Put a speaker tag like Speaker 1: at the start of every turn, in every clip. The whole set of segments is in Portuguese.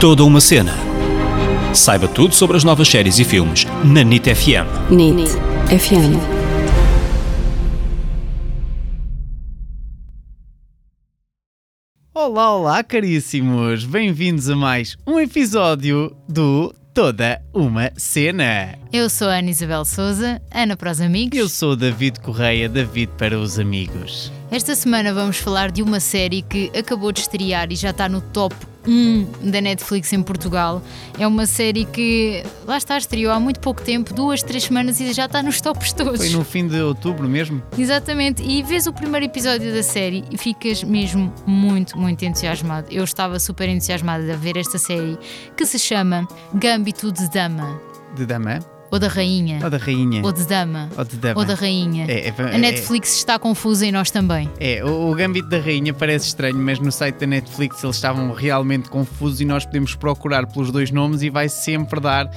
Speaker 1: Toda uma cena. Saiba tudo sobre as novas séries e filmes na NIT FM.
Speaker 2: NIT FM.
Speaker 3: Olá, olá, caríssimos! Bem-vindos a mais um episódio do Toda uma Cena.
Speaker 4: Eu sou a Ana Isabel Souza, Ana para os amigos.
Speaker 3: Eu sou o David Correia, David para os amigos.
Speaker 4: Esta semana vamos falar de uma série que acabou de estrear e já está no top 1 da Netflix em Portugal. É uma série que lá está, estreou há muito pouco tempo, duas, três semanas e já está nos tops todos.
Speaker 3: Foi no fim de outubro mesmo?
Speaker 4: Exatamente, e vês o primeiro episódio da série e ficas mesmo muito, muito entusiasmado. Eu estava super entusiasmada a ver esta série que se chama Gambito de Dama
Speaker 3: De Dama?
Speaker 4: ou da Rainha.
Speaker 3: Ou da Rainha?
Speaker 4: Ou de dama.
Speaker 3: Ou de dama.
Speaker 4: Ou da rainha.
Speaker 3: É, é, é,
Speaker 4: a Netflix está confusa e nós também.
Speaker 3: É, o, o Gambito da Rainha parece estranho, mas no site da Netflix eles estavam realmente confusos e nós podemos procurar pelos dois nomes e vai sempre dar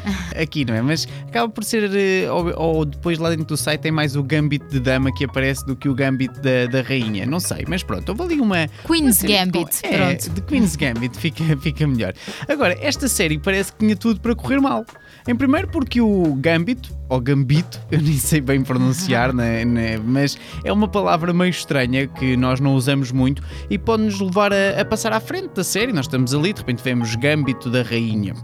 Speaker 3: aqui, não é? Mas acaba por ser, eh, ou, ou depois lá dentro do site tem mais o Gambito de Dama que aparece do que o Gambito da, da Rainha, não sei, mas pronto, houve ali uma... uma
Speaker 4: Queen's
Speaker 3: série de-
Speaker 4: Gambit,
Speaker 3: É,
Speaker 4: pronto.
Speaker 3: de Queen's Gambit fica, fica melhor. Agora, esta série parece que tinha tudo para correr mal. Em primeiro porque o Gambito, ou Gambito, eu nem sei bem pronunciar, né, né, mas é uma palavra meio estranha que nós não usamos muito e pode nos levar a, a passar à frente da série. Nós estamos ali, de repente vemos Gambito da Rainha.